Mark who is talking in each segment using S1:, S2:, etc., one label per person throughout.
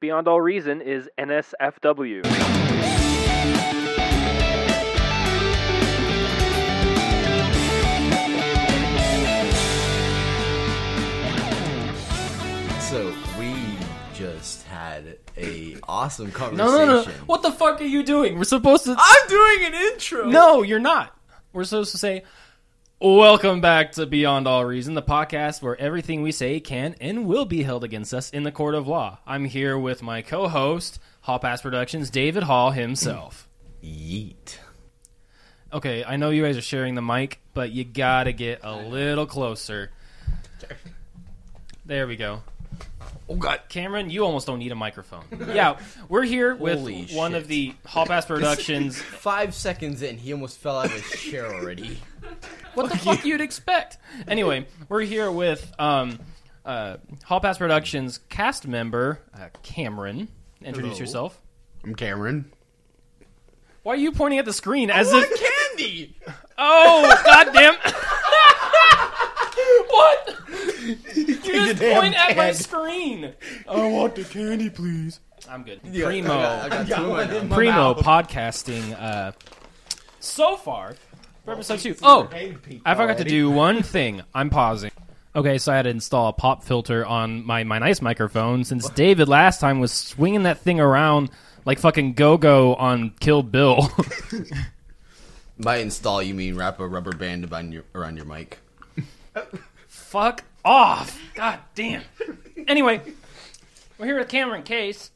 S1: beyond all reason is NSFW.
S2: So we just had a awesome conversation.
S3: No, no, no. What the fuck are you doing? We're supposed to.
S2: I'm doing an intro.
S3: No, you're not. We're supposed to say, Welcome back to Beyond All Reason, the podcast where everything we say can and will be held against us in the court of law. I'm here with my co host, Hall Pass Productions, David Hall himself.
S2: Yeet.
S3: Okay, I know you guys are sharing the mic, but you gotta get a little closer. There we go.
S2: Oh god.
S3: Cameron, you almost don't need a microphone. Yeah, we're here with
S2: Holy
S3: one
S2: shit.
S3: of the Hall Pass Productions
S2: Five seconds in, he almost fell out of his chair already.
S3: what the fuck you'd expect. Anyway, we're here with um, uh, Hall Pass Productions cast member uh, Cameron. Introduce
S2: Hello.
S3: yourself.
S4: I'm Cameron.
S3: Why are you pointing at the screen as if?
S2: candy.
S3: Oh, goddamn! what? You
S2: the
S3: just
S2: damn
S3: point at my
S2: tag.
S3: screen.
S4: I want the candy, please.
S3: I'm good.
S2: I got, I
S3: Primo,
S2: got two in my mouth.
S3: primo podcasting. Uh, so far, for episode two. Oh, I forgot to do one thing. I'm pausing. Okay, so I had to install a pop filter on my my nice microphone since David last time was swinging that thing around like fucking go go on Kill Bill.
S2: By install, you mean wrap a rubber band around your, around your mic.
S3: Fuck off! God damn. Anyway, we're here with Cameron Case,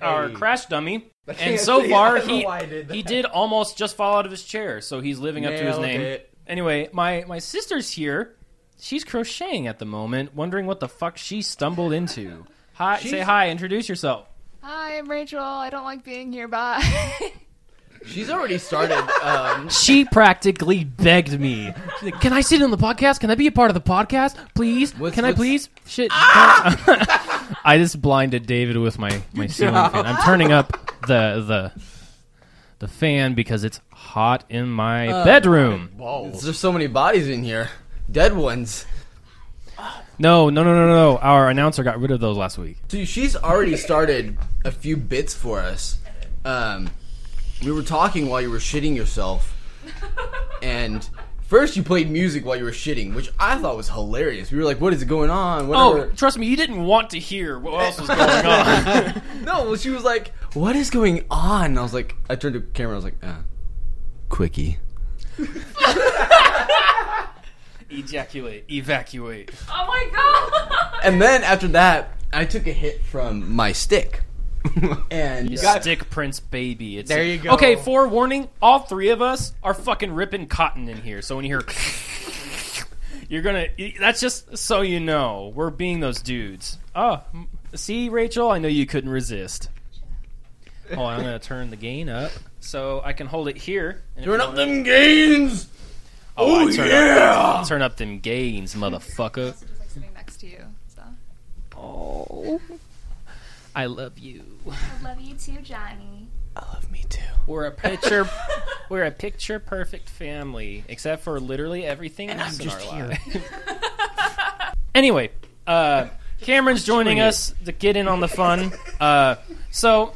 S3: our crash dummy, and so
S2: see.
S3: far
S2: I don't know
S3: he
S2: why I did
S3: he
S2: that.
S3: did almost just fall out of his chair, so he's living up to his
S2: Nailed
S3: name.
S2: it.
S3: Anyway, my my sister's here. She's crocheting at the moment, wondering what the fuck she stumbled into. Hi, say
S2: She's-
S3: hi. Introduce yourself.
S5: Hi, I'm Rachel. I don't like being here. Bye.
S2: She's already started. Um,
S3: She practically begged me. She's like, "Can I sit in the podcast? Can I be a part of the podcast, please?
S2: What's-
S3: Can I
S2: what's-
S3: please?" Shit. I just blinded David with my my ceiling fan. I'm turning up the the the fan because it's hot in my bedroom.
S2: there's so many bodies in here, dead ones.
S3: No, no, no, no, no. Our announcer got rid of those last week.
S2: So she's already started a few bits for us. Um, we were talking while you were shitting yourself, and first you played music while you were shitting, which I thought was hilarious. We were like, "What is going on?"
S3: Oh,
S2: Whatever.
S3: trust me, you didn't want to hear what else was going on.
S2: no, well, she was like, "What is going on?" And I was like, I turned to the camera. I was like, uh, "Quickie."
S3: Ejaculate, evacuate.
S5: oh my god!
S2: And then after that, I took a hit from my stick, and
S3: Stick Prince Baby. It's
S4: There you go.
S3: Okay, forewarning: all three of us are fucking ripping cotton in here. So when you hear, you're gonna. That's just so you know we're being those dudes. Oh, m- see, Rachel, I know you couldn't resist. Oh, I'm gonna turn the gain up so I can hold it here. And if
S2: turn
S3: you
S2: up
S3: want-
S2: them gains.
S3: Oh, I turn
S2: yeah.
S3: Up, turn up them gains, motherfucker.
S5: also just like sitting next to you. So.
S3: Oh, I love you.
S6: I love you too, Johnny.
S2: I love me too.
S3: We're a picture. we're a picture perfect family, except for literally everything else in our lives. anyway, uh, Cameron's joining us to get in on the fun. Uh, so.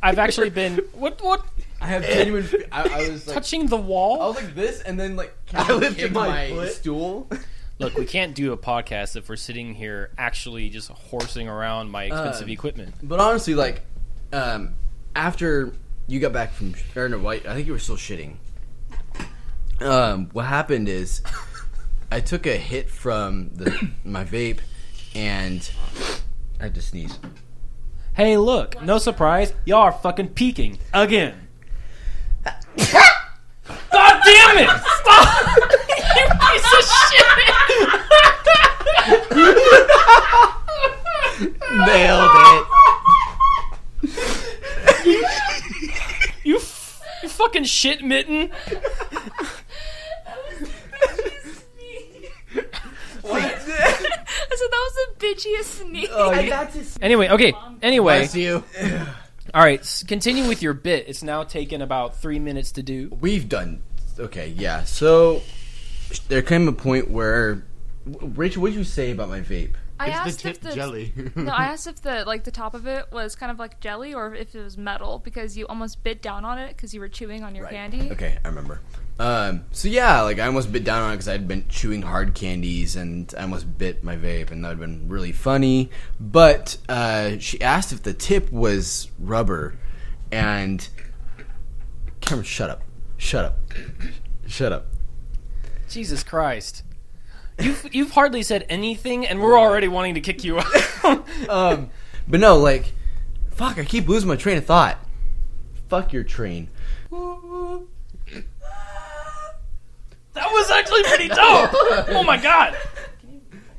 S3: I've actually been what what
S2: I have genuine. I, I was like, oh.
S3: touching the wall.
S2: I was like this, and then like I lifted my, stool.
S3: Look, we can't do a podcast if we're sitting here actually just horsing around my expensive
S2: Um,
S3: equipment.
S2: But honestly, like um, after you got back from or no, White, I think you were still shitting. Um, what happened is I took a hit from the my vape, and I had to sneeze.
S3: Hey, look, no surprise, y'all are fucking peeking again. God damn it! Stop! you piece of shit!
S2: Nailed it.
S3: You, f- you fucking shit mitten!
S5: I said that was the bitchiest sneeze.
S3: Anyway, okay, anyway.
S2: Bless Oh, you.
S3: Alright, s- continue with your bit. It's now taken about three minutes to do.
S2: We've done okay. Yeah. So there came a point where Rachel, what did you say about my vape?
S5: I
S4: it's
S5: asked
S4: the
S5: if
S4: tip
S5: the
S4: jelly.
S5: no, I asked if the like the top of it was kind of like jelly or if it was metal because you almost bit down on it because you were chewing on your candy.
S2: Okay, I remember. Um, so yeah, like I almost bit down on it because I'd been chewing hard candies and I almost bit my vape, and that would have been really funny. But uh, she asked if the tip was rubber, and Cameron, shut up, shut up, shut up.
S3: Jesus Christ. You've, you've hardly said anything, and we're already wanting to kick you out.
S2: Um, but no, like, fuck, I keep losing my train of thought. Fuck your train.
S3: that was actually pretty dope. Oh my god.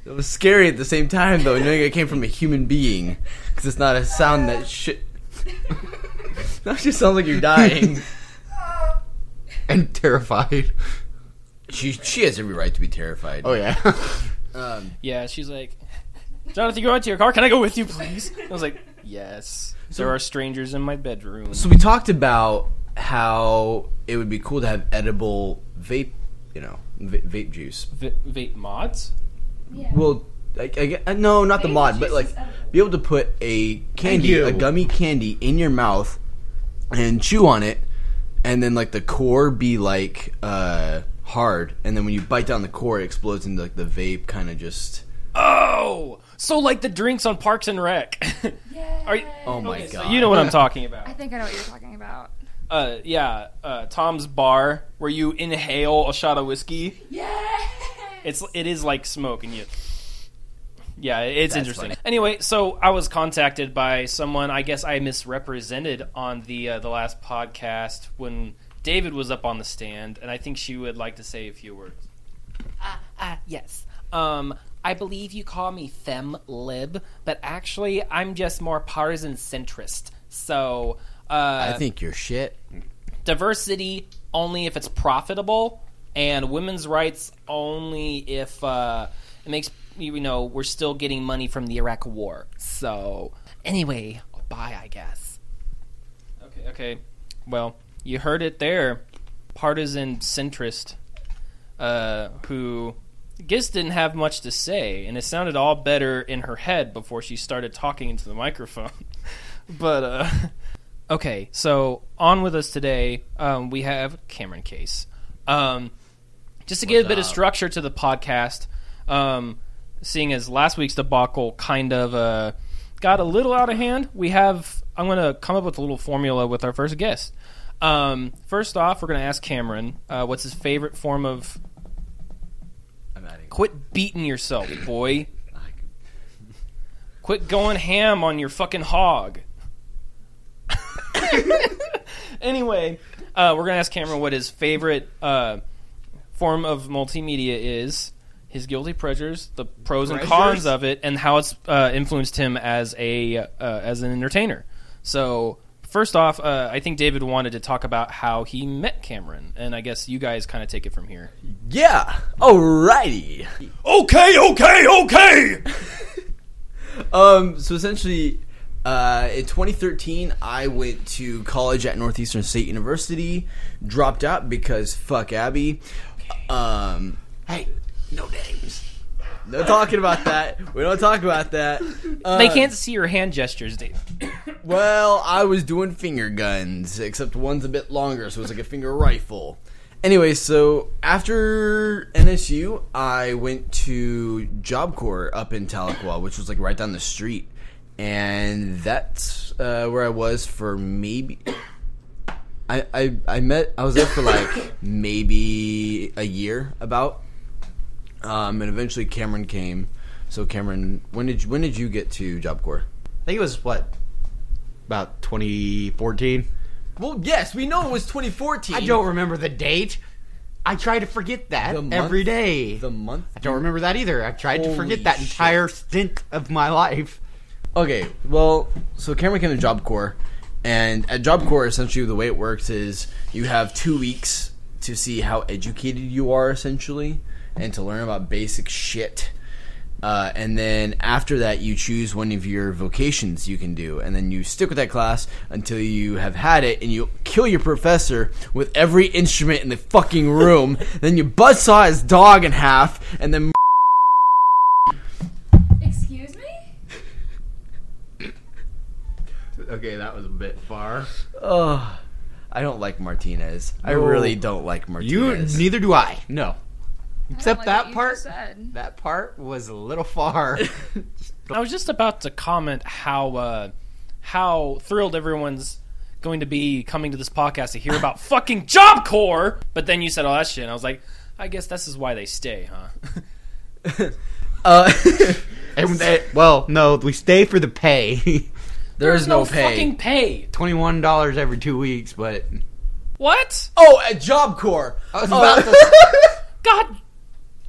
S2: It was scary at the same time, though, knowing it came from a human being. Because it's not a sound that shit. that just sounds like you're dying.
S4: and terrified.
S2: she she has every right to be terrified.
S4: Oh yeah.
S2: Um,
S3: Yeah, she's like, Jonathan, you go out to your car. Can I go with you, please? I was like, yes. There are strangers in my bedroom.
S2: so we talked about how it would be cool to have edible vape, you know, va- vape juice.
S3: V- vape mods?
S6: Yeah.
S2: Well, I, I gue- uh, no, not the
S6: Vape
S2: mod, but
S6: juice
S2: like
S6: is edible.
S2: be able to put a candy,
S4: you.
S2: a gummy candy, in your mouth and chew on it, and then like the core be like uh, hard, and then when you bite down the core, it explodes into like the vape kind of just.
S3: Oh! So, like the drinks on Parks and Rec.
S6: yeah.
S3: Are you,
S2: Oh my
S3: Okay, so
S2: god!
S3: you know what I'm talking about.
S6: I think I know what you're talking about.
S3: uh, yeah, uh, Tom's Bar, where you inhale a shot of whiskey.
S6: Yeah.
S3: It's it is like smoke, and you. Yeah, it's
S2: That's
S3: interesting.
S2: funny.
S3: Anyway, so I was contacted by someone. I guess I misrepresented on the uh, the last podcast when David was up on the stand, and I think she would like to say a few words. Uh, yes. Um, I believe you call me fem lib, but actually, I'm just more partisan centrist. So uh,
S2: I think you're shit.
S3: diversity only if it's profitable, and women's rights only if uh, it makes you know we're still getting money from the Iraq War. So anyway, bye, I guess. Okay, okay. Well, you heard it there. Partisan centrist, uh, who Giz didn't have much to say, and it sounded all better in her head before she started talking into the microphone. but uh, Okay, so on with us today, um, we have Cameron Case. Um, just to give a bit of structure to the podcast, um, seeing as last week's debacle kind of uh, got a little out of hand, we have I'm going to come up with a little formula with our first guest. Um, first off, we're going to ask Cameron uh, what's his favorite form of
S2: I'm adding.
S3: quit beating yourself, boy. Quit going ham on your fucking hog. anyway, uh, we're gonna ask Cameron what his favorite uh, form of multimedia is, his guilty pleasures, the pros and cons
S4: Pleasures?
S3: of it, and how it's uh, influenced him as a uh, as an entertainer. So. First off, uh, I think David wanted to talk about how he met Cameron, and I guess you guys kind of take it from here.
S2: Yeah. Alrighty.
S3: Okay, okay, okay.
S2: Um. So essentially, uh, in 2013, I went to college at Northeastern State University, dropped out because fuck Abby. Um.
S4: hey, no names.
S2: No talking about that. We don't talk about that. Uh,
S3: They can't see your hand gestures, Dave.
S2: Well, I was doing finger guns, except one's a bit longer, so it's like a finger rifle. Anyway, so after NSU, I went to Job Corps up in Tahlequah, which was like right down the street, and that's uh, where I was for maybe. I, I I met I was there for like maybe a year about, um, and eventually Cameron came. So Cameron, when did you, when did you get to Job Corps?
S4: I think it was what about 2014.
S2: Well, yes, we know it was 2014.
S4: I don't remember the date. I try to forget that
S2: The month?
S4: every day.
S2: the month.
S4: I don't remember that either. I've tried to
S2: Holy
S4: forget that
S2: shit.
S4: entire stint of my life.
S2: Okay, well, so Cameron came to Job Corps, and at Job Corps, essentially, the way it works is you have two weeks to see how educated you are, essentially, and to learn about basic shit. Uh, and then after that, you choose one of your vocations you can do, and then you stick with that class until you have had it, and you kill your professor with every instrument in the fucking room. then you buzzsaw his dog in half, and then
S6: Excuse
S4: Okay, that was a bit far.
S2: Oh, I don't like Martinez. I
S4: No.
S2: really don't like
S4: You
S2: Martinez.
S4: neither do I.
S2: no.
S4: Except
S5: like what
S4: that
S5: you
S4: part.
S5: just said.
S4: That part was a little far.
S3: I was just about to comment how uh, how thrilled everyone's going to be coming to this podcast to hear about fucking Job Corps, but then you said all that shit, and I was like, I guess this is why they stay, huh?
S2: Uh,
S4: And they- well, no, we stay for the pay.
S2: there is no, pay.
S3: fucking pay.
S4: Twenty-one dollars every two weeks, but
S3: What?
S2: Oh, at Job Corps.
S4: I was
S2: Oh.
S4: about to.
S3: God,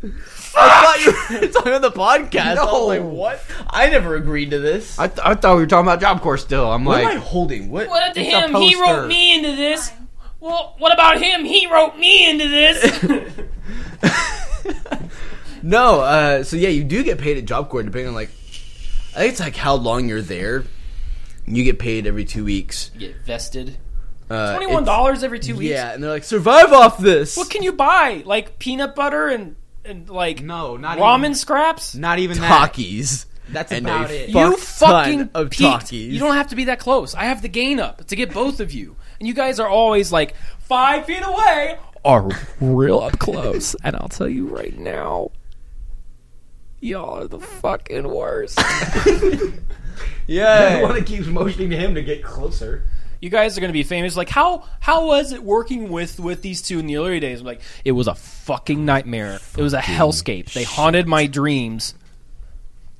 S2: I thought you were talking on the podcast. I
S4: No.
S2: was like, what? I never agreed to this.
S4: I, th- I thought we were talking about Job Corps still. I'm
S2: what
S4: like,
S2: am I holding? What?
S3: what
S4: It's a
S3: him? He
S4: poster.
S3: wrote me into this. Well, what about him? He wrote me into this.
S2: No. Uh, so yeah, you do get paid at Job Corps depending on like, I think it's like how long you're there. You get paid every two weeks.
S3: Get vested.
S2: Uh,
S3: Twenty-one
S2: it's-
S3: dollars every two weeks.
S2: Yeah, and they're like, survive off this.
S3: What can you buy? Like peanut butter and and like
S4: no, not
S3: ramen
S4: Even,
S3: scraps.
S4: not even that.
S2: Takis.
S4: That's
S2: And
S4: about
S2: a fuck
S4: it.
S3: you
S2: ton
S3: fucking
S2: of
S3: peaked.
S2: talkies.
S3: You don't have to be that close. I have the gain up to get both of you, and you guys are always like five feet away or real up close. and I'll tell you right now, y'all are the fucking worst.
S2: Yeah.
S4: that keeps motioning to him to get closer.
S3: you guys are gonna be famous. Like how how was it working with with these two in the early days? I'm like it was a fucking nightmare. it was a hellscape. They haunted my dreams.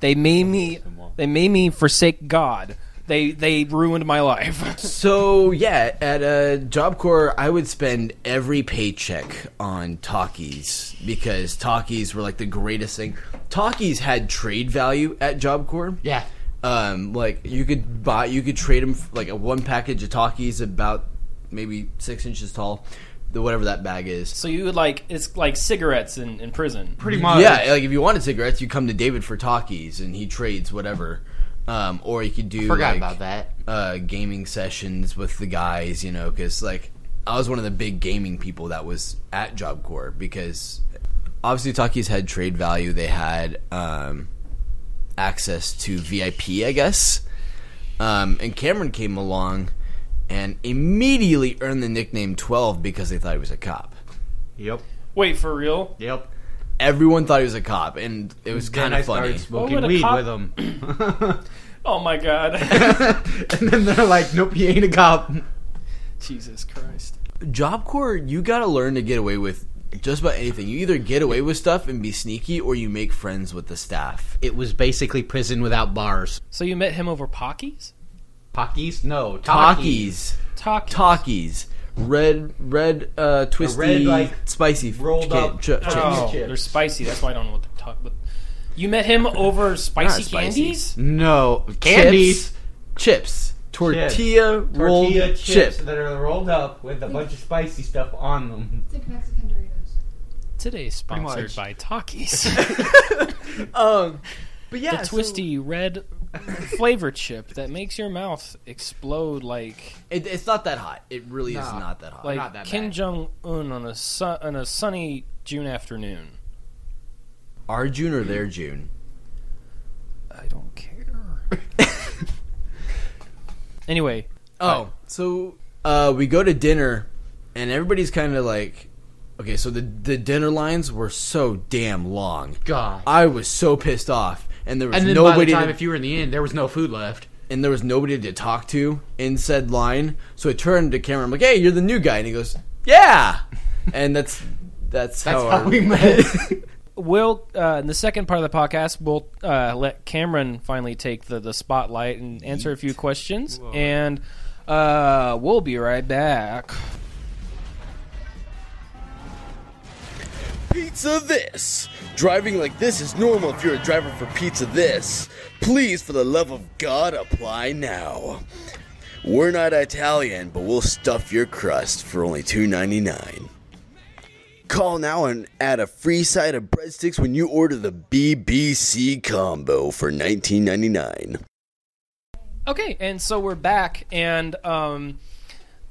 S3: They made me they made me forsake God. They they ruined my life.
S2: So yeah, at uh, Job Corps, I would spend every paycheck on talkies because talkies were like the greatest thing. Talkies had trade value at Job Corps.
S4: Yeah.
S2: um, like you could buy, you could trade them like a one package of talkies about maybe six inches tall, the whatever that bag is.
S3: so you would like it's like cigarettes in, in prison.
S4: Pretty much.
S2: yeah, like if you wanted cigarettes, you come to David for talkies, and he trades whatever. Um, or you could do
S4: Forgot
S2: like,
S4: about that.
S2: uh, gaming sessions with the guys, you know, because like I was one of the big gaming people that was at Job Corps because obviously Takis had trade value. They had um, access to VIP, I guess. Um, and Cameron came along and immediately earned the nickname 12 because they thought he was a cop.
S4: Yep.
S3: Wait for real?
S4: Yep.
S2: Everyone thought he was a cop, and it was
S4: Then
S2: kind
S4: I
S2: of funny.
S4: started smoking
S3: What would a
S4: weed
S3: cop-
S4: with him.
S3: Oh my god.
S4: and then they're like, nope, he ain't a cop.
S3: Jesus Christ.
S2: Job Corps, you gotta learn to get away with just about anything. You either get away with stuff and be sneaky, or you make friends with the staff.
S4: It was basically prison without bars.
S3: So you met him over Pockies?
S4: Pockies? No.
S2: Talkies,
S3: Talk
S2: talkies, red, red, uh, twisty,
S4: red, like,
S2: spicy,
S4: rolled
S2: ca-
S4: up-
S2: ch- chips.
S3: Oh,
S4: chips.
S3: they're spicy. That's why I don't know what they're talking about. You met him over spicy,
S2: spicy.
S3: candies?
S4: No.
S2: Chips, chips, tortilla rolled chip.
S4: that are rolled up with a bunch of spicy stuff on them.
S6: It's like Mexican Doritos.
S3: Today's sponsored
S4: much.
S3: by Takis.
S2: Um,
S3: the
S2: but yeah, so
S3: twisty red flavor chip that makes your mouth explode like
S2: it, it's not that hot. It really is
S4: Nah.
S2: not that hot.
S4: Not that
S3: like Kim
S4: bad.
S3: Jong Un on a su- on a sunny June afternoon.
S2: Our June or their June?
S3: I don't care. anyway,
S2: Oh, so uh, we go to dinner, and everybody's kind of like, okay. So the the dinner lines were so damn long.
S4: God.
S2: I was so pissed off, and there was
S4: and then by
S2: nobody,
S4: the time,
S2: to-
S4: if you were in the inn, there was no food left.
S2: and there was nobody to talk to in said line. So I turned to Cameron. I'm like, "Hey, you're the new guy," and he goes, "Yeah," and that's that's,
S4: That's
S2: how,
S4: how
S2: our-
S4: we met.
S3: we'll uh, in the second part of the podcast, we'll uh, let Cameron finally take the the spotlight and answer a few questions, and uh, we'll be right back.
S2: Pizza this. Driving like this is normal if you're a driver for Pizza this. Please, for the love of God, apply now. We're not Italian, but we'll stuff your crust for only $2.99. Call now and add a free side of breadsticks when you order the BBC combo for $19.99.
S3: Okay, and so we're back, and um,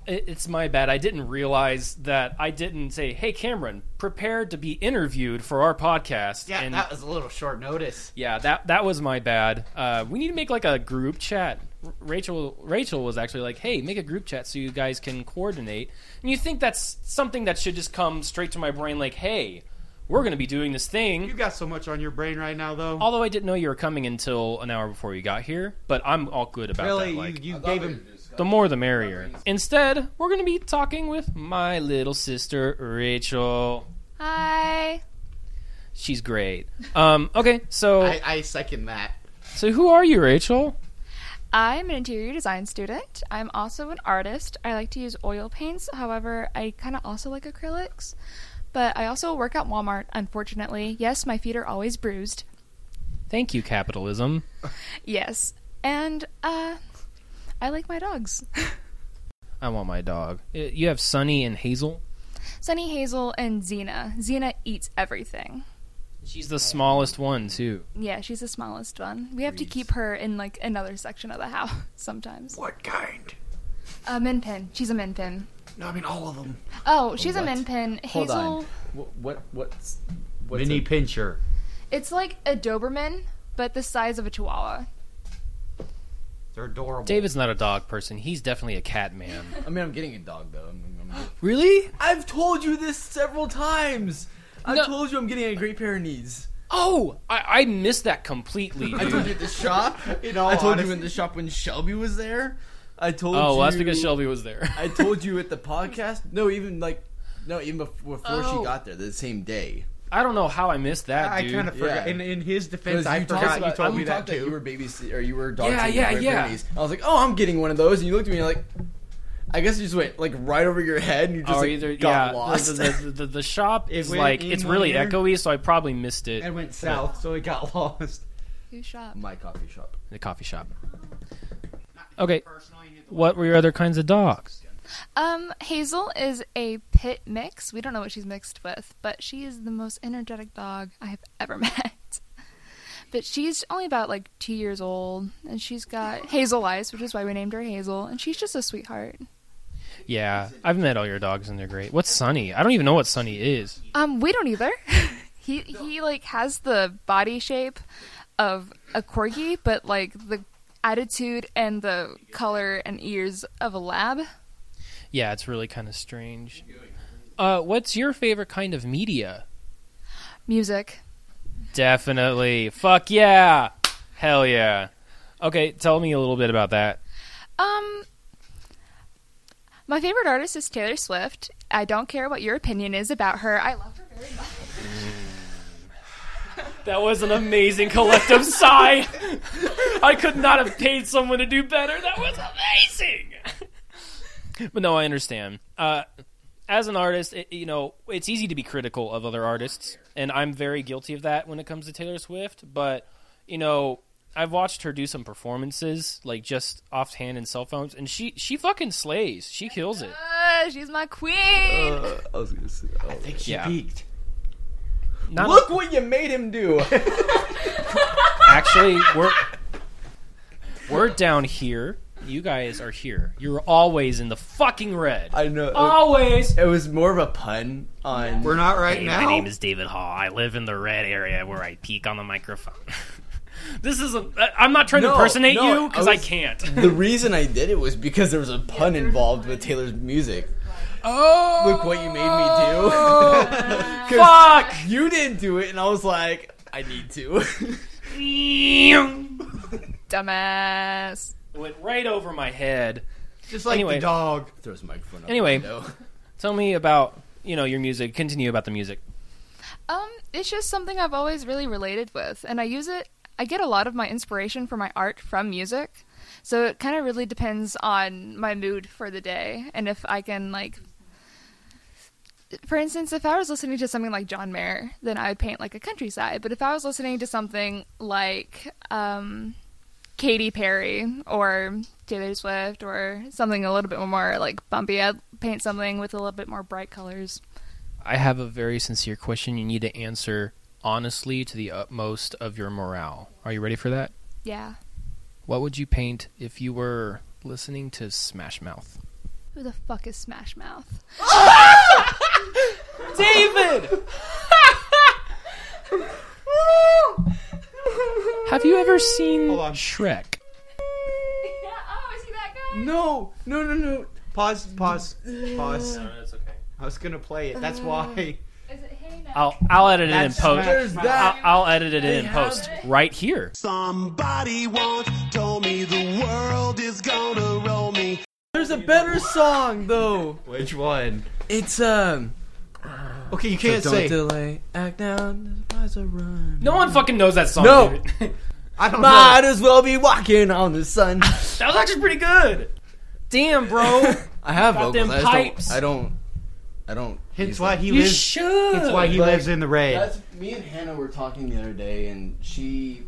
S3: it, it's my bad. I didn't realize that I didn't say, "Hey, Cameron, prepare to be interviewed for our podcast." and
S4: was a little short notice.
S3: yeah, that that was my bad. Uh, we need to make like a group chat R- Rachel Rachel was actually like, "Hey, make a group chat so you guys can coordinate." And you think that's something that should just come straight to my brain, like, "Hey, we're going to be doing this
S4: You
S3: thing."
S4: got so much on your brain right now, though.
S3: Although I didn't know you were coming until an hour before you got here, but I'm all good about
S4: really,
S3: that. Like,
S4: you, you gave him.
S3: the more the merrier. Instead, we're going to be talking with my little sister Rachel.
S5: Hi.
S3: She's great. Um, okay, so
S4: I, I second that.
S3: so who are you, Rachel?
S5: I'm an interior design student. I'm also an artist. I like to use oil paints. However, I kind of also like acrylics. But I also work at Walmart, unfortunately. Yes, my feet are always bruised.
S3: Thank you, capitalism.
S5: Yes. And, uh, I like my dogs
S3: I want my dog. Uh, You have Sunny and Hazel.
S5: Sunny, Hazel, and Xena. Xena eats everything.
S3: She's the smallest one too.
S5: Yeah, she's the smallest one. We have to keep her in, like, another section of the house sometimes.
S4: What kind?
S5: A min pin. She's a min pin.
S4: No, I mean all of them.
S5: Oh, she's a
S2: What?
S5: min pin.
S2: Hold
S5: Hazel.
S2: on. What, what what's what's
S4: Mini
S2: a-
S4: Pincher.
S5: It's like a Doberman, but the size of a Chihuahua.
S4: They're adorable.
S3: David's not a dog person. He's definitely a cat man.
S2: I mean, I'm getting a dog though. I'm, I'm, I'm-
S3: really?
S2: I've told you this several times. I've
S3: No.
S2: told you I'm getting a great pair of knees.
S3: Oh, I, I missed that completely.
S2: I
S3: dude.
S2: told you at the shop.
S4: In all
S2: I told you
S4: honesty-
S2: in the shop when Shelby was there. I told you.
S3: oh, well, that's because Shelby was there.
S2: I told you at the podcast. No, even like, no, even before, before
S3: Oh.
S2: she got there, the same day.
S3: I don't know how I missed that,
S4: I
S3: dude.
S4: kind of forgot.
S2: Yeah.
S4: In, in his
S2: 'Cause
S4: defense, I
S2: talked
S4: forgot you
S2: about-
S4: told me that
S2: talked
S4: too.
S2: You were babysitting or you were dog
S3: Yeah,
S2: sitting
S3: yeah,
S2: for your
S3: yeah.
S2: knees. I was like, oh, I'm getting one of those, and you looked at me like. I guess you just went like right over your head, and you just
S3: or
S2: like,
S3: Oh, either
S2: got
S3: yeah,
S2: lost.
S3: The, the, the, the, the shop
S4: It
S3: is
S4: went
S3: like
S4: in
S3: it's
S4: one
S3: really
S4: ear.
S3: echoey, so I probably missed it.
S4: and went south, so it got lost.
S5: Who shop?
S2: My coffee shop.
S3: the coffee shop. Okay, what were your other kinds of dogs?
S5: Um, Hazel is a pit mix. We don't know what she's mixed with, but she is the most energetic dog I have ever met. But she's only about like two years old, and she's got hazel eyes, which is why we named her Hazel. And she's just a sweetheart.
S3: Yeah, I've met all your dogs and they're great. What's Sunny? I don't even know what Sunny is.
S5: Um, we don't either. he he like has the body shape of a corgi, but like the attitude and the color and ears of a lab.
S3: Yeah, it's really kind of strange. Uh, what's your favorite kind of media?
S5: Music.
S3: Definitely. Fuck yeah. Hell yeah. Okay, tell me a little bit about that.
S5: Um, my favorite artist is Taylor Swift. I don't care what your opinion is about her. I love her very much.
S3: That was an amazing collective sigh. I could not have paid someone to do better. That was amazing. but no, I understand. Uh, as an artist, it, you know, it's easy to be critical of other artists, and I'm very guilty of that when it comes to Taylor Swift. But you know, I've watched her do some performances, like just offhand in cell phones, and she she fucking slays. She kills it.
S5: Uh, she's my queen.
S2: Uh, I was gonna say. oh.
S4: I think she
S3: Yeah.
S4: peaked.
S3: Not
S2: Look what you made him do.
S3: actually we're we're down here you guys are here you're always in the fucking red
S2: I know.
S3: always
S2: It was more of a pun on.
S4: Oh. We're not right now.
S3: is david hall i live in the red area where i peek on the microphone this isn't i'm not trying
S2: No,
S3: to impersonate
S2: no,
S3: you because I,
S2: I was-
S3: can't
S2: the reason I did it was because there was a pun involved with Taylor's music.
S3: oh
S2: Look what you made
S4: Oh.
S2: me do. 'Cause
S3: fuck
S2: you didn't do it, and I was like, I need to.
S5: Dumbass.
S3: went right over my head
S4: Just like
S3: Anyway.
S4: the dog.
S2: Throws the microphone. Up
S3: Anyway.
S2: the window.
S3: tell me about you know your music continue about the music
S5: Um, it's just something I've always really related with, and I use it. I get a lot of my inspiration for my art from music, so it kind of really depends on my mood for the day and if I can like. For instance, if I was listening to something like John Mayer, then I would paint like a countryside. But if I was listening to something like um, Katy Perry or Taylor Swift or something a little bit more like bumpy, I'd paint something with a little bit more bright colors.
S3: I have a very sincere question you need to answer honestly to the utmost of your morale. Are you ready for that?
S5: Yeah.
S3: What would you paint if you were listening to Smash Mouth?
S5: Who the fuck is Smash Mouth?
S3: David! have you ever seen
S4: Hold on.
S3: Shrek?
S5: Yeah.
S6: oh,
S4: No, no, no, no. Pause, pause, pause.
S3: That's okay.
S4: I was gonna play it. That's why.
S6: Is it hey now?
S3: I'll I'll edit it
S4: That's
S3: in post.
S4: There's that.
S3: I'll, I'll edit it in post right here.
S7: Somebody once told me the world is gonna roll me.
S2: There's a better song though.
S4: Which one?
S2: It's um.
S4: Okay, you can't
S2: don't
S4: say.
S2: delay. Act now. Otherwise I run.
S3: No one fucking knows that song.
S2: No.
S3: dude.
S4: I don't
S2: Might as well be walking on the sun.
S3: that was actually pretty good. Damn, bro.
S2: I have
S3: Got
S2: vocals.
S3: them
S2: I,
S3: pipes.
S2: just don't, I don't. I don't.
S4: know. It's
S2: use
S4: why
S2: them.
S4: he
S3: you
S4: lives.
S3: should.
S4: it's why he
S2: Like,
S4: lives in the red.
S2: That's me and Hannah were talking the other day, and she.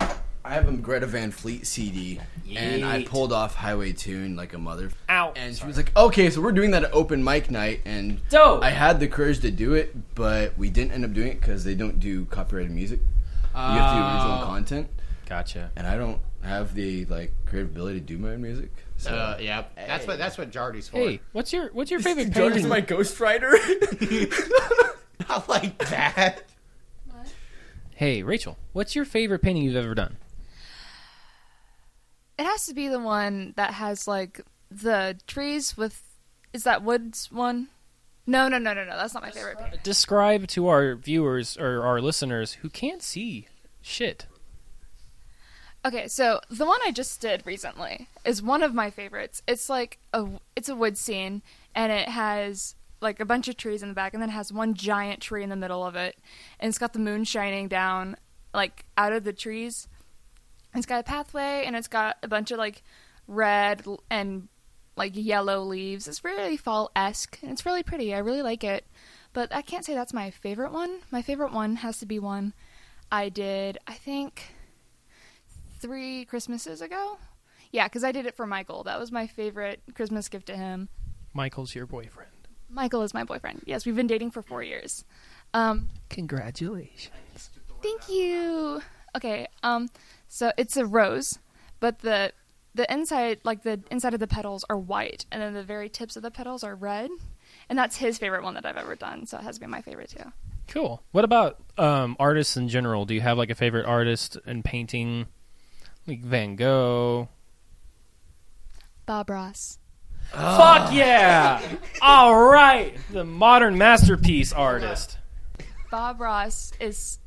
S2: I have a Greta Van Fleet CD, and I
S3: Yeet.
S2: pulled off Highway Tune like a mother.
S3: Ow.
S2: And she was like, "Okay, so we're doing that at open mic night," and
S3: Dope.
S2: I had the courage to do it, but we didn't end up doing it because they don't do copyrighted music. You have to do original
S3: Oh.
S2: content,
S3: Gotcha.
S2: and I don't have the like creative ability to do my own music. So.
S4: Uh, yeah, that's what that's what Jardy's for.
S3: Hey, what's your what's your favorite
S2: Doug is
S3: painting?
S2: my ghostwriter.
S4: Not like that.
S3: Hey, Rachel, what's your favorite painting you've ever done?
S5: It has to be the one that has like the trees with. Is that woods one? No, no, no, no, no. That's not my favorite. painting.
S3: Describe to our viewers or our listeners who can't see shit.
S5: Okay, so the one I just did recently is one of my favorites. It's like a it's a wood scene and it has like a bunch of trees in the back and then it has one giant tree in the middle of it and it's got the moon shining down like out of the trees. It's got a pathway and it's got a bunch of like red l- and like yellow leaves. It's really fall esque and it's really pretty. I really like it. But I can't say that's my favorite one. My favorite one has to be one I did, I think three Christmases ago. Yeah, because I did it for Michael. That was my favorite Christmas gift to him.
S3: Michael's your boyfriend.
S5: Michael is my boyfriend. Yes, we've been dating for four years. Um,
S3: Congratulations.
S5: thank you. Okay. Um, so it's a rose, but the the inside, like the inside of the petals, are white, and then the very tips of the petals are red. And that's his favorite one that I've ever done. So it has been my favorite too.
S3: Cool. What about um, artists in general? Do you have like a favorite artist in painting? Like Van Gogh.
S5: Bob Ross.
S3: Fuck yeah! All right, the modern masterpiece artist.
S5: Bob Ross is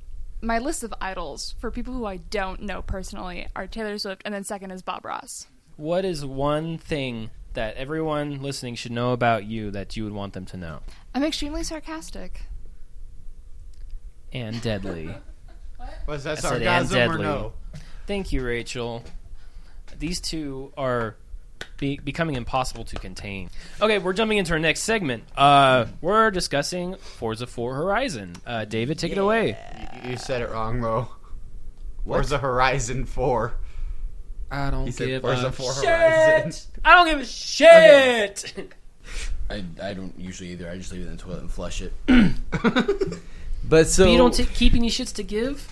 S5: my list of idols for people who I don't know personally are Taylor Swift, and then second is Bob Ross.
S3: What is one thing that everyone listening should know about you that you would want them to know?
S5: I'm extremely sarcastic.
S3: And deadly.
S4: Was that
S3: said, and
S4: sarcasm or
S3: deadly.
S4: no?
S3: Thank you, Rachel. These two are be- becoming impossible to contain. Okay, we're jumping into our next segment. Uh, we're discussing Forza 4 Horizon. Uh, David, take it away.
S4: You, you said it wrong, Mo. Where's the Horizon Four?
S3: I don't give
S4: Where's the
S3: a
S4: Four
S3: Uh, shit.
S4: Horizon?
S3: I don't give a shit.
S2: I, I don't usually either. I just leave it in the toilet and flush it. but so
S3: But you don't t- keep any shits to give.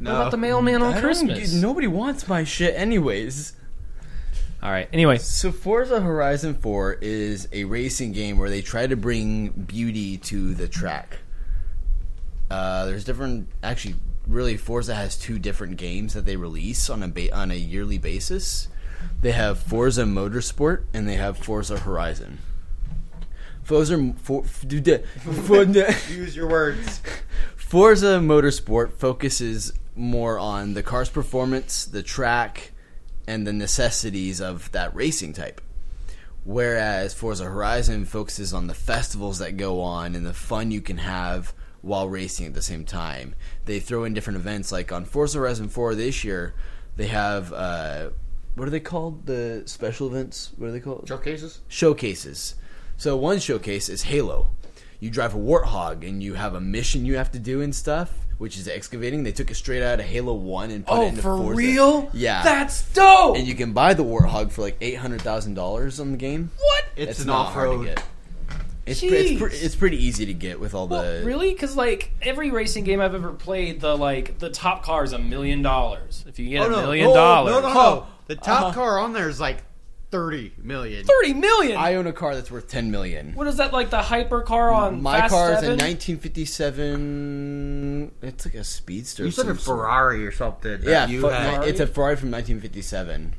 S4: No.
S3: What about the mailman on Christmas?
S2: nobody wants my shit, anyways.
S3: All right. Anyway,
S2: So Forza Horizon Four is a racing game where they try to bring beauty to the track. Uh, there's different, actually, really Forza has two different games that they release on a ba- on a yearly basis. They have Forza Motorsport and they have Forza Horizon. Forza, for, Forza,
S4: Use your words.
S2: Forza Motorsport focuses more on the car's performance, the track, and the necessities of that racing type. Whereas Forza Horizon focuses on the festivals that go on and the fun you can have while racing at the same time. They throw in different events, like on Forza Horizon 4 this year, they have uh, what are they called? The special events? What are they called?
S4: Showcases.
S2: showcases. So one showcase is Halo. You drive a warthog and you have a mission you have to do and stuff, which is excavating. They took it straight out of Halo One and
S3: Oh,
S2: put it into Forza. Yeah.
S3: That's dope.
S2: and you can buy the warthog for like eight hundred thousand dollars on the game.
S3: what?
S4: It's, an
S2: not
S4: off
S2: hard to
S4: road.
S2: get. It's, pre- it's,
S3: Jeez.
S2: pre- it's pretty easy to get with all the
S3: Well, Oh, really? Because like every racing game I've ever played, the like the top car is a million dollars. If you get a million dollars,
S4: Oh, No, no, no. The top car on there is like thirty million.
S3: thirty million.
S2: I own a car that's worth ten million.
S3: what is that like the hyper car on
S2: My
S3: Fast
S2: car is
S3: Seven?
S2: a 1957. It's like a speedster.
S4: You
S2: of
S4: said a
S2: some sort.
S4: Ferrari or something. that
S2: Yeah,
S4: you
S2: fu-
S4: had.
S2: it's a Ferrari from 1957.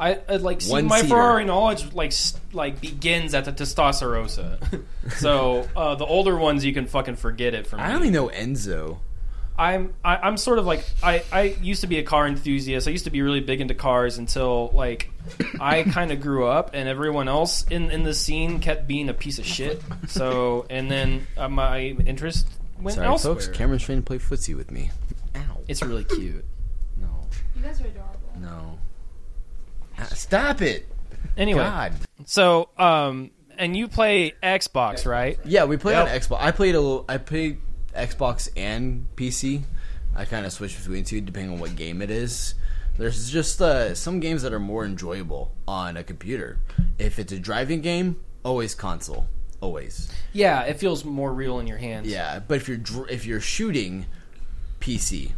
S3: I, I like see
S2: One
S3: my
S2: seater.
S3: Ferrari knowledge like s- like begins at the Testosterosa. so uh, the older ones you can fucking forget it from.
S2: I e-
S3: me.
S2: only know Enzo.
S3: I'm I, I'm sort of like I, I used to be a car enthusiast. I used to be really big into cars until like I kind of grew up, and everyone else in in the scene kept being a piece of shit. So and then uh, my interest went
S2: Sorry,
S3: elsewhere.
S2: folks. Cameron's trying to play footsie with me. Ow.
S3: it's really cute.
S2: No.
S6: You guys are adorable.
S2: No. Ah, Stop it.
S3: Anyway,
S2: God.
S3: so um, and you play Xbox, right?
S2: Yeah, we played
S3: Yep.
S2: on Xbox. I played a little. I played Xbox and PC. I kind of switch between two depending on what game it is. There's just uh, some games that are more enjoyable on a computer. If it's a driving game, always console, always.
S3: Yeah, it feels more real in your hands.
S2: Yeah, but if you're dr- if you're shooting PC,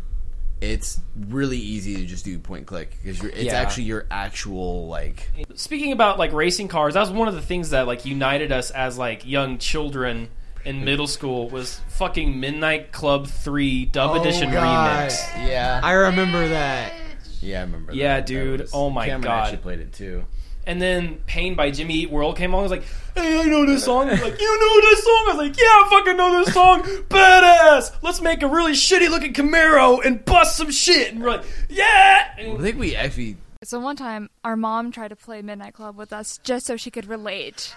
S2: it's really easy to just do point and click because you're it's
S3: Yeah.
S2: actually your actual like
S3: speaking about like racing cars that was one of the things that like united us as like young children in middle school was fucking midnight club 3 dub
S4: Oh,
S3: edition
S4: God.
S3: remix
S2: yeah
S4: I remember that.
S2: yeah I remember
S3: Yeah,
S2: that. That
S3: dude.
S2: was-
S3: Oh my
S2: Cameron
S3: God.
S2: actually played it too
S3: and then pain by jimmy Eat world came along and was like hey i know this song He's like you know this song i was like yeah i fucking know this song badass let's make a really shitty looking camaro and bust some shit and we're like yeah And
S2: I think we actually
S5: So one time, our mom tried to play Midnight Club with us just so she could relate.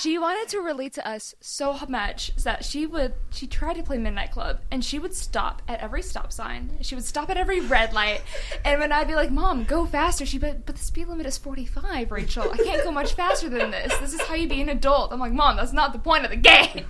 S5: she wanted to relate to us so much that she would she tried to play Midnight Club and she would stop at every stop sign. She would stop at every red light. And when I'd be like, "Mom, go faster," she'd be like, "But the speed limit is 45, Rachel. I can't go much faster than this. This is how you be an adult." I'm like, "Mom, that's not the point of the game."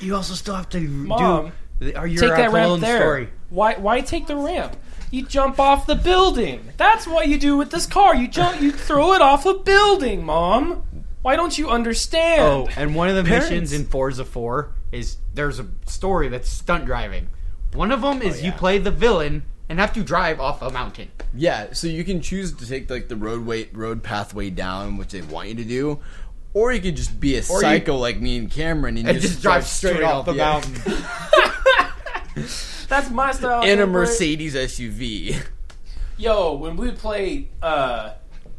S4: You also still have to
S3: Mom,
S4: do. the- Are you
S3: take that ramp
S4: Apollon
S3: there.
S4: story?
S3: Why why take the ramp? You jump off the building. That's what you do with this car. You jump you throw it off a building, mom. Why don't you
S4: Oh,
S3: understand?
S4: and one of the
S3: Parents.
S4: missions in Forza 4 is there's a story that's stunt driving. One of them is you play the villain and have to drive off a mountain.
S2: Yeah, so you can choose to take like the roadway road pathway down, which they want you to do, or you could just be a
S4: Or you-
S2: psycho like me and Cameron and,
S4: And just, drive straight, off the
S2: yeah,
S4: mountain.
S3: That's my style.
S2: in a
S3: Amber.
S2: Mercedes SUV.
S3: Yo, when we play uh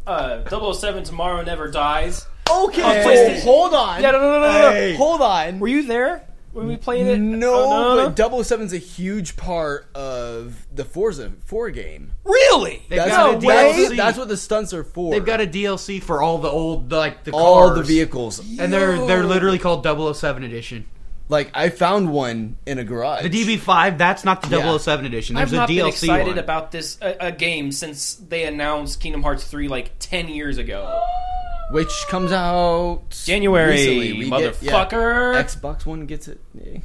S3: uh 007 Tomorrow Never Dies.
S2: Okay,
S3: PlayStation.
S2: Oh, hold on.
S3: Yeah, no no no no. no.
S4: Hey.
S2: Hold on.
S3: Were you there when we played it?
S2: no,
S3: Oh,
S2: but Double Seven's a huge part of the Forza Four game.
S3: really?
S4: They've
S2: That's,
S4: got a
S2: what- that's,
S4: DLC.
S2: that's what the stunts are for.
S4: They've got a DLC for all the old like the cars.
S2: all the vehicles.
S4: And they're they're literally called 007 edition.
S2: Like I found one in a garage.
S4: The DB5, that's not the
S2: Yeah.
S4: 007 edition. There's
S3: I've not
S4: a DLC
S3: been excited
S4: one.
S3: about this uh, a game since they announced Kingdom Hearts 3 like 10 years ago.
S2: which comes out
S3: January,
S2: recently. We get- yeah.
S3: motherfucker.
S2: Xbox One gets it. Yeah.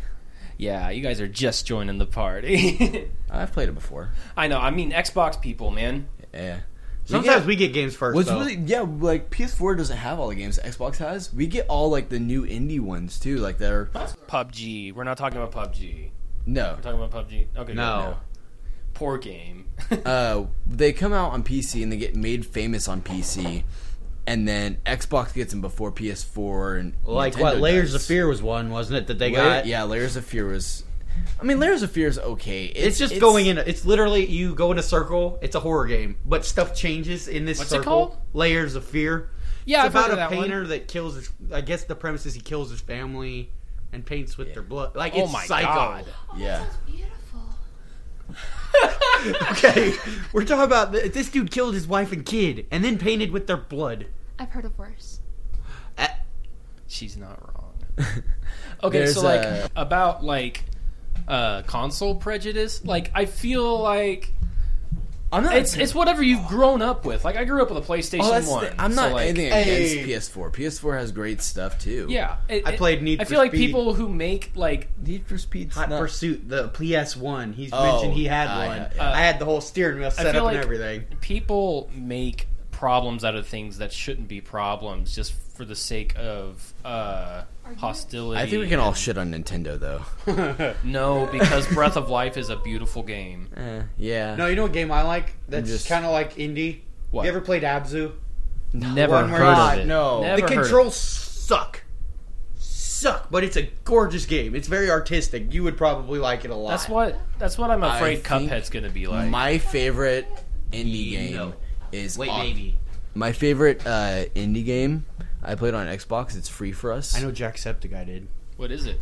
S3: yeah, you guys are just joining the party.
S2: I've played it before.
S3: I know. I mean, Xbox people, man.
S2: Yeah.
S4: Sometimes
S2: get-
S4: we get games first.
S2: What's
S4: though.
S2: really yeah, like PS4 doesn't have all the games that Xbox has. We get all like the new indie ones too. Like they're
S3: PUBG. We're not talking about PUBG.
S2: no,
S3: We're talking about PUBG. Okay.
S4: no.
S3: good. Poor game.
S2: uh, they come out on PC and they get made famous on PC, and then Xbox gets them before PS4 and
S4: Like
S2: Nintendo
S4: what? Layers
S2: does.
S4: of Fear was one, wasn't it? That they
S2: Layer-
S4: got.
S2: yeah, Layers of Fear was. I mean, Layers of Fear is okay.
S4: It's just going in. It's literally you go in a circle. It's a horror game, but stuff changes in this
S3: What's it
S4: circle.
S3: called?
S4: Layers of fear.
S3: yeah,
S4: it's about a painter that kills. His, I guess the premise is he kills his family and paints with their blood. Like
S3: Oh
S4: it's
S3: my
S4: psycho.
S3: god.
S2: Yeah,
S6: Beautiful.
S4: Okay, we're talking about th- this dude killed his wife and kid, and then painted with their blood.
S6: I've heard of worse.
S3: She's not wrong. okay,
S2: There's
S3: so like
S2: a-
S3: about like uh console prejudice, like I feel like
S2: I'm not.
S3: it's it's whatever you've grown up with. Like I grew up with a PlayStation
S2: oh, that's the-
S3: 1.
S2: I'm
S3: so,
S2: not
S3: like,
S2: anything
S4: Hey.
S2: against PS4. PS4 has great stuff too.
S3: Yeah, it-
S4: I
S3: it-
S4: played Need
S3: I
S4: for
S3: feel like
S4: Speed.
S3: people who make like
S2: Need for Speed's
S4: Hot
S2: not-
S4: Pursuit, the PS One. He's
S2: Oh,
S4: mentioned he had
S2: ah,
S4: one.
S2: yeah, yeah.
S4: I had the whole steering wheel set
S3: feel
S4: up
S3: like-
S4: and everything.
S3: people make problems out of things that shouldn't be problems just for the sake of uh, hostility.
S2: I think we can all shit on Nintendo though.
S3: no because Breath of Life is a beautiful game.
S2: yeah.
S4: No, you know what game I like? That's
S2: just-
S4: kind of like indie.
S3: What?
S4: You ever played Abzu?
S3: Never
S4: One where
S3: heard
S4: not,
S3: of it.
S2: no.
S3: Never
S4: the
S3: heard of it.
S4: controls suck. Suck, but it's a gorgeous game. It's very artistic. You would probably like it a lot.
S3: That's what that's what I'm afraid
S2: think
S3: Cuphead's going to be like.
S2: My favorite indie game
S4: No.
S2: is
S4: Wait,
S2: aw-
S4: maybe.
S2: My favorite uh, indie game I played on Xbox. It's free for us.
S8: I know Jacksepticeye did.
S3: What is it?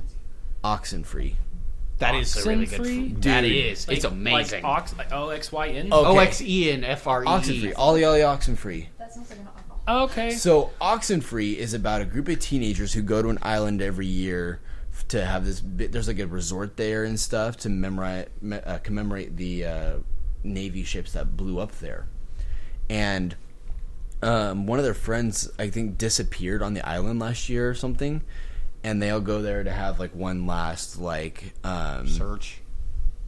S2: Oxen free.
S8: That is a really good.
S3: Oxenfree?
S8: f-
S4: that
S2: Dude.
S4: is. it's
S3: Like-
S4: amazing.
S3: Like ox, like O X Y N.
S2: Okay.
S4: O X E N F R E E.
S2: Oxen free. Ollie Ollie Oxen free.
S6: That sounds like an alcohol.
S3: Oh, okay.
S2: So Oxenfree is about a group of teenagers who go to an island every year f- to have this. Bit, there's like a resort there and stuff to memorize, me, uh, commemorate the uh, navy ships that blew up there, and um, one of their friends I think disappeared on the island last year or something, and they all go there to have like one last like um,
S4: Search.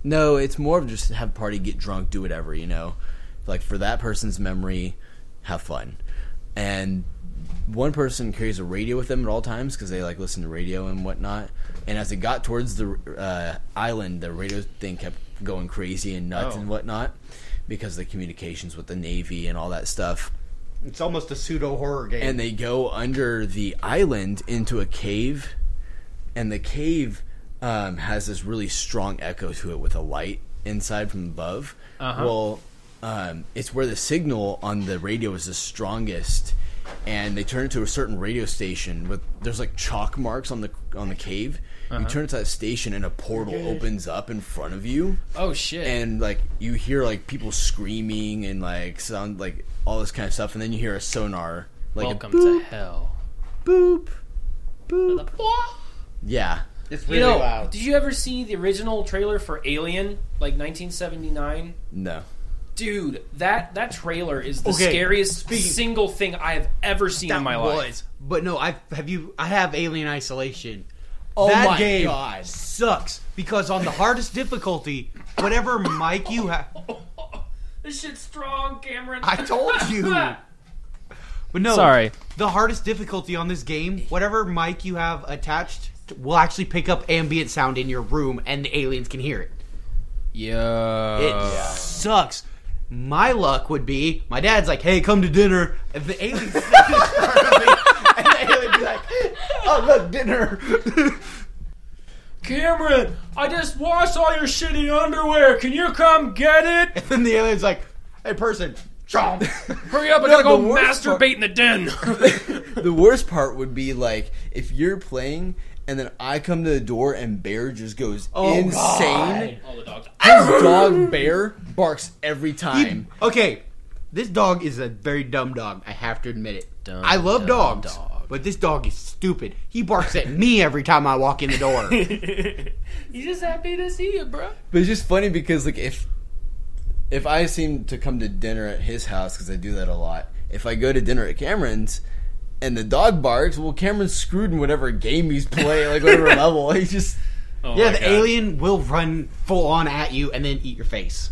S2: no, it's more of just have a party, get drunk, do whatever, you know. Like for that person's memory, have fun. And one person carries a radio with them at all times because they like listen to radio and whatnot. And as it got towards the uh, island, the radio thing kept going crazy and nuts
S3: Oh.
S2: and whatnot because of the communications with the navy and all that stuff
S8: It's almost a pseudo horror game.
S2: and they go under the island into a cave, and the cave um, has this really strong echo to it with a light inside from above.
S3: Uh-huh.
S2: Well, um, it's where the signal on the radio is the strongest, and they turn it to a certain radio station with there's like chalk marks on the on the cave.
S3: Uh-huh.
S2: You turn it to that station, and a portal opens up in front of you
S3: oh shit.
S2: and like you hear like people screaming and like sound like all this kind of stuff, and then you hear a sonar like a
S3: Welcome
S2: boop,
S3: to hell.
S2: boop boop. Yeah,
S8: it's
S3: You
S8: really
S3: know,
S8: loud.
S3: did you ever see the original trailer for Alien, like 1979?
S2: no,
S3: Dude, that that trailer is the
S4: Okay,
S3: scariest
S4: speaking-
S3: single thing I have ever seen in my life.
S4: was. But no, I have you. I have Alien Isolation.
S2: Oh
S4: that
S2: my
S4: game
S2: God.
S4: sucks because on the hardest difficulty, whatever mic you have,
S3: This shit's strong, Cameron.
S4: I told you. But no,
S3: Sorry.
S4: The hardest difficulty on this game, whatever mic you have attached, t- will actually pick up ambient sound in your room, and the aliens can hear it.
S3: Yo.
S4: It sucks. My luck would be my dad's like, "Hey, come to dinner." If the aliens sit in front of me, and the alien be like, "Oh, look, dinner."
S3: Cameron, I just washed all your shitty underwear. Can you come get it?
S4: then the alien's like, "Hey, person, chomp."
S3: Hurry up, I
S2: No,
S3: gotta go
S2: the worst
S3: masturbate
S2: part-
S3: in the den.
S2: the worst part would be like if you're playing and then I come to the door and Bear just goes
S4: Oh,
S2: insane.
S3: all the dogs.
S2: His dog Bear barks every time.
S4: okay, this dog is a very dumb dog. I have to admit it.
S3: Dumb,
S4: I love
S3: dumb
S4: dogs,
S3: dog.
S4: but this dog is stupid. He barks at me every time I walk in the door.
S3: He's just happy to see you, bro.
S2: But it's just funny because like if if I seem to come to dinner at his house because I do that a lot. If I go to dinner at Cameron's and the dog barks, well, Cameron's screwed in whatever game he's playing, like whatever level. He just
S4: yeah, the alien will run full on at you and then eat your face.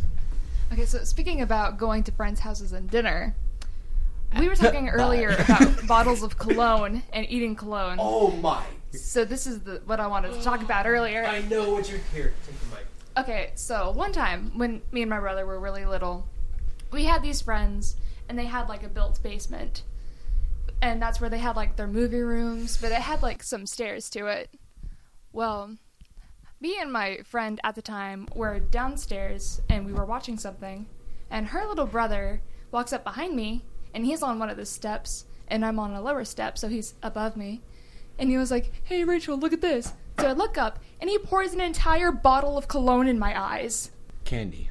S5: Okay, so speaking about going to friends' houses and dinner, we were talking earlier about bottles of cologne and eating cologne.
S2: oh my.
S5: So this is the, what I wanted to talk about earlier.
S3: know what you're here. Take the mic.
S5: Okay, so one time when me and my brother were really little, we had these friends and they had like a built basement. And that's where they had like their movie rooms, but it had like some stairs to it. Well, me and my friend at the time were downstairs and we were watching something. And her little brother walks up behind me and he's on one of the steps and I'm on a lower step, so he's above me. And he was like, Hey, Rachel, look at this. So I look up, and he pours an entire bottle of cologne in my eyes.
S2: Candy.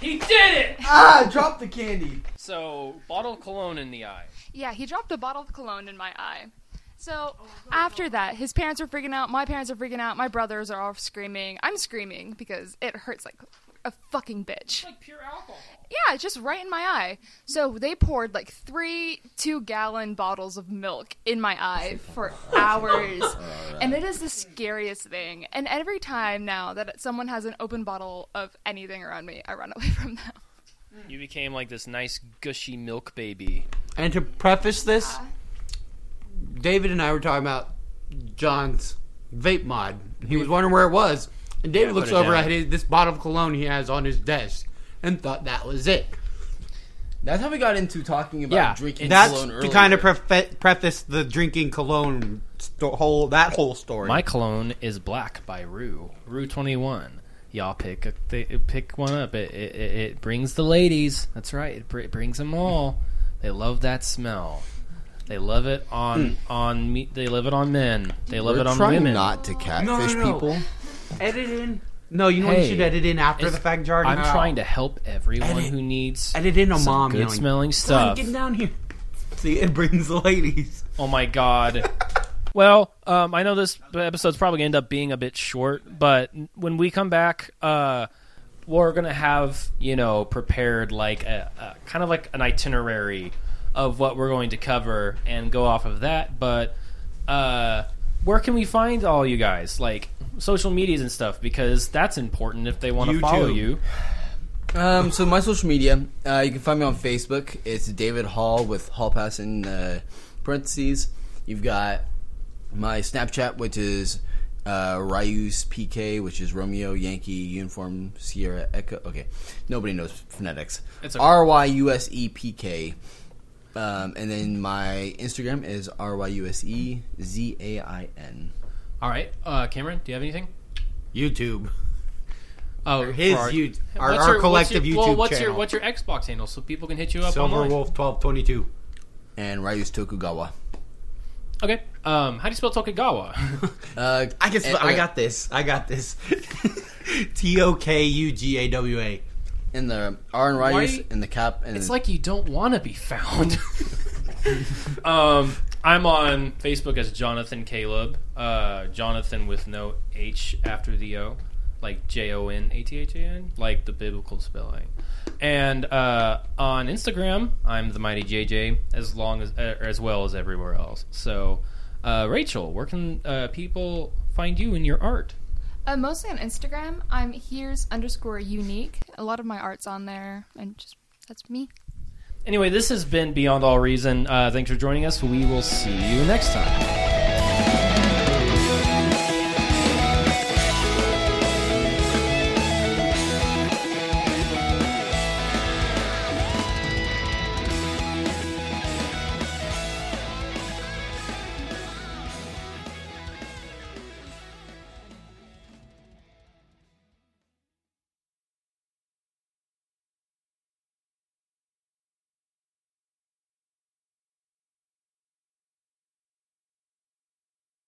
S3: He did it.
S4: Ah, drop the candy.
S3: So, bottle of cologne in the eye.
S5: Yeah, he dropped a bottle of cologne in my eye. So after that, his parents are freaking out, my parents are freaking out, my brothers are all screaming. I'm screaming because it hurts like a fucking bitch.
S3: Like pure alcohol.
S5: Yeah, just right in my eye. So they poured like three two gallon bottles of milk in my eye for hours. And it is the scariest thing. And every time now that someone has an open bottle of anything around me, I run away from them.
S3: You became like this nice gushy milk baby.
S4: And to preface this, David and I were talking about John's vape mod. He was wondering where it was, and David looks
S3: put it
S4: over
S3: down.
S4: at his, this bottle of cologne he has on his desk and thought that was it.
S2: That's how we got into talking about drinking
S4: that's
S2: cologne
S4: to
S2: earlier.
S4: kind of prefe- preface the drinking cologne sto- whole that whole story.
S3: My cologne is black by Rue. Rue 21. y'all pick a, th- pick one up. It, it, it it brings the ladies. That's right. It, br- it brings them all. They love that smell. They love it on on me. They love it on men. They love
S2: Hmm. We're
S3: it on
S2: trying
S3: women.
S2: not to catfish
S4: no, no.
S2: people.
S4: Edit in. No, you know what you
S3: Hey,
S4: should edit in after
S3: it's-
S4: the fact, Jordan.
S3: I'm trying to help everyone
S4: Edit-
S3: who needs
S4: edit in a
S3: some
S4: mom
S3: good
S4: yelling.
S3: smelling
S4: Brian,
S3: stuff.
S4: Get down here. See, it brings the ladies.
S3: Oh my god. well, um, I know this episode's probably gonna end up being a bit short, but when we come back, uh, we're gonna have you know prepared like a, a kind of like an itinerary of what we're going to cover and go off of that. But uh, where can we find all you guys? Like social medias and stuff because that's important if they want to follow
S4: YouTube.
S3: you.
S2: Um, so my social media, uh, you can find me on Facebook. It's David Hall with Hall Pass in uh, parentheses. You've got my Snapchat, which is uh, Ryu's PK, which is Romeo Yankee Uniform Sierra Echo. Okay, nobody knows phonetics.
S3: It's okay.
S2: R Y U S E P K. Um, and then my Instagram is R Y U S E Z A I N.
S3: All right, uh, Cameron, do you have anything?
S4: YouTube.
S3: Oh,
S4: his
S3: for our-
S4: YouTube- our-
S3: What's your-
S4: our
S3: what's
S4: collective
S3: your, well,
S4: YouTube
S3: what's Your,
S4: channel.
S3: what's your Xbox handle so people can hit you up
S8: Silver
S3: online?
S8: Wolf 1222.
S2: And Ryu's Tokugawa.
S3: Okay. Um, how do you spell Tokugawa?
S2: Uh,
S4: I guess
S2: and-
S4: I got this. I got this. T O K U G A W A.
S2: in the R and
S3: Why-
S2: Ryu's in the cap. And
S3: it's like you don't want to be found. um, I'm on Facebook as Jonathan Caleb. Uh, Jonathan with no H after the O, like J O N A T H A N, like the biblical spelling. And uh, on Instagram, I'm the mighty JJ, as long as uh, as well as everywhere else. So, uh, Rachel, where can uh, people find you in your art?
S5: Uh, mostly on Instagram. I'm here's underscore unique. A lot of my art's on there, and just that's me.
S3: Anyway, this has been Beyond All Reason. Uh, thanks for joining us. We will see you next time.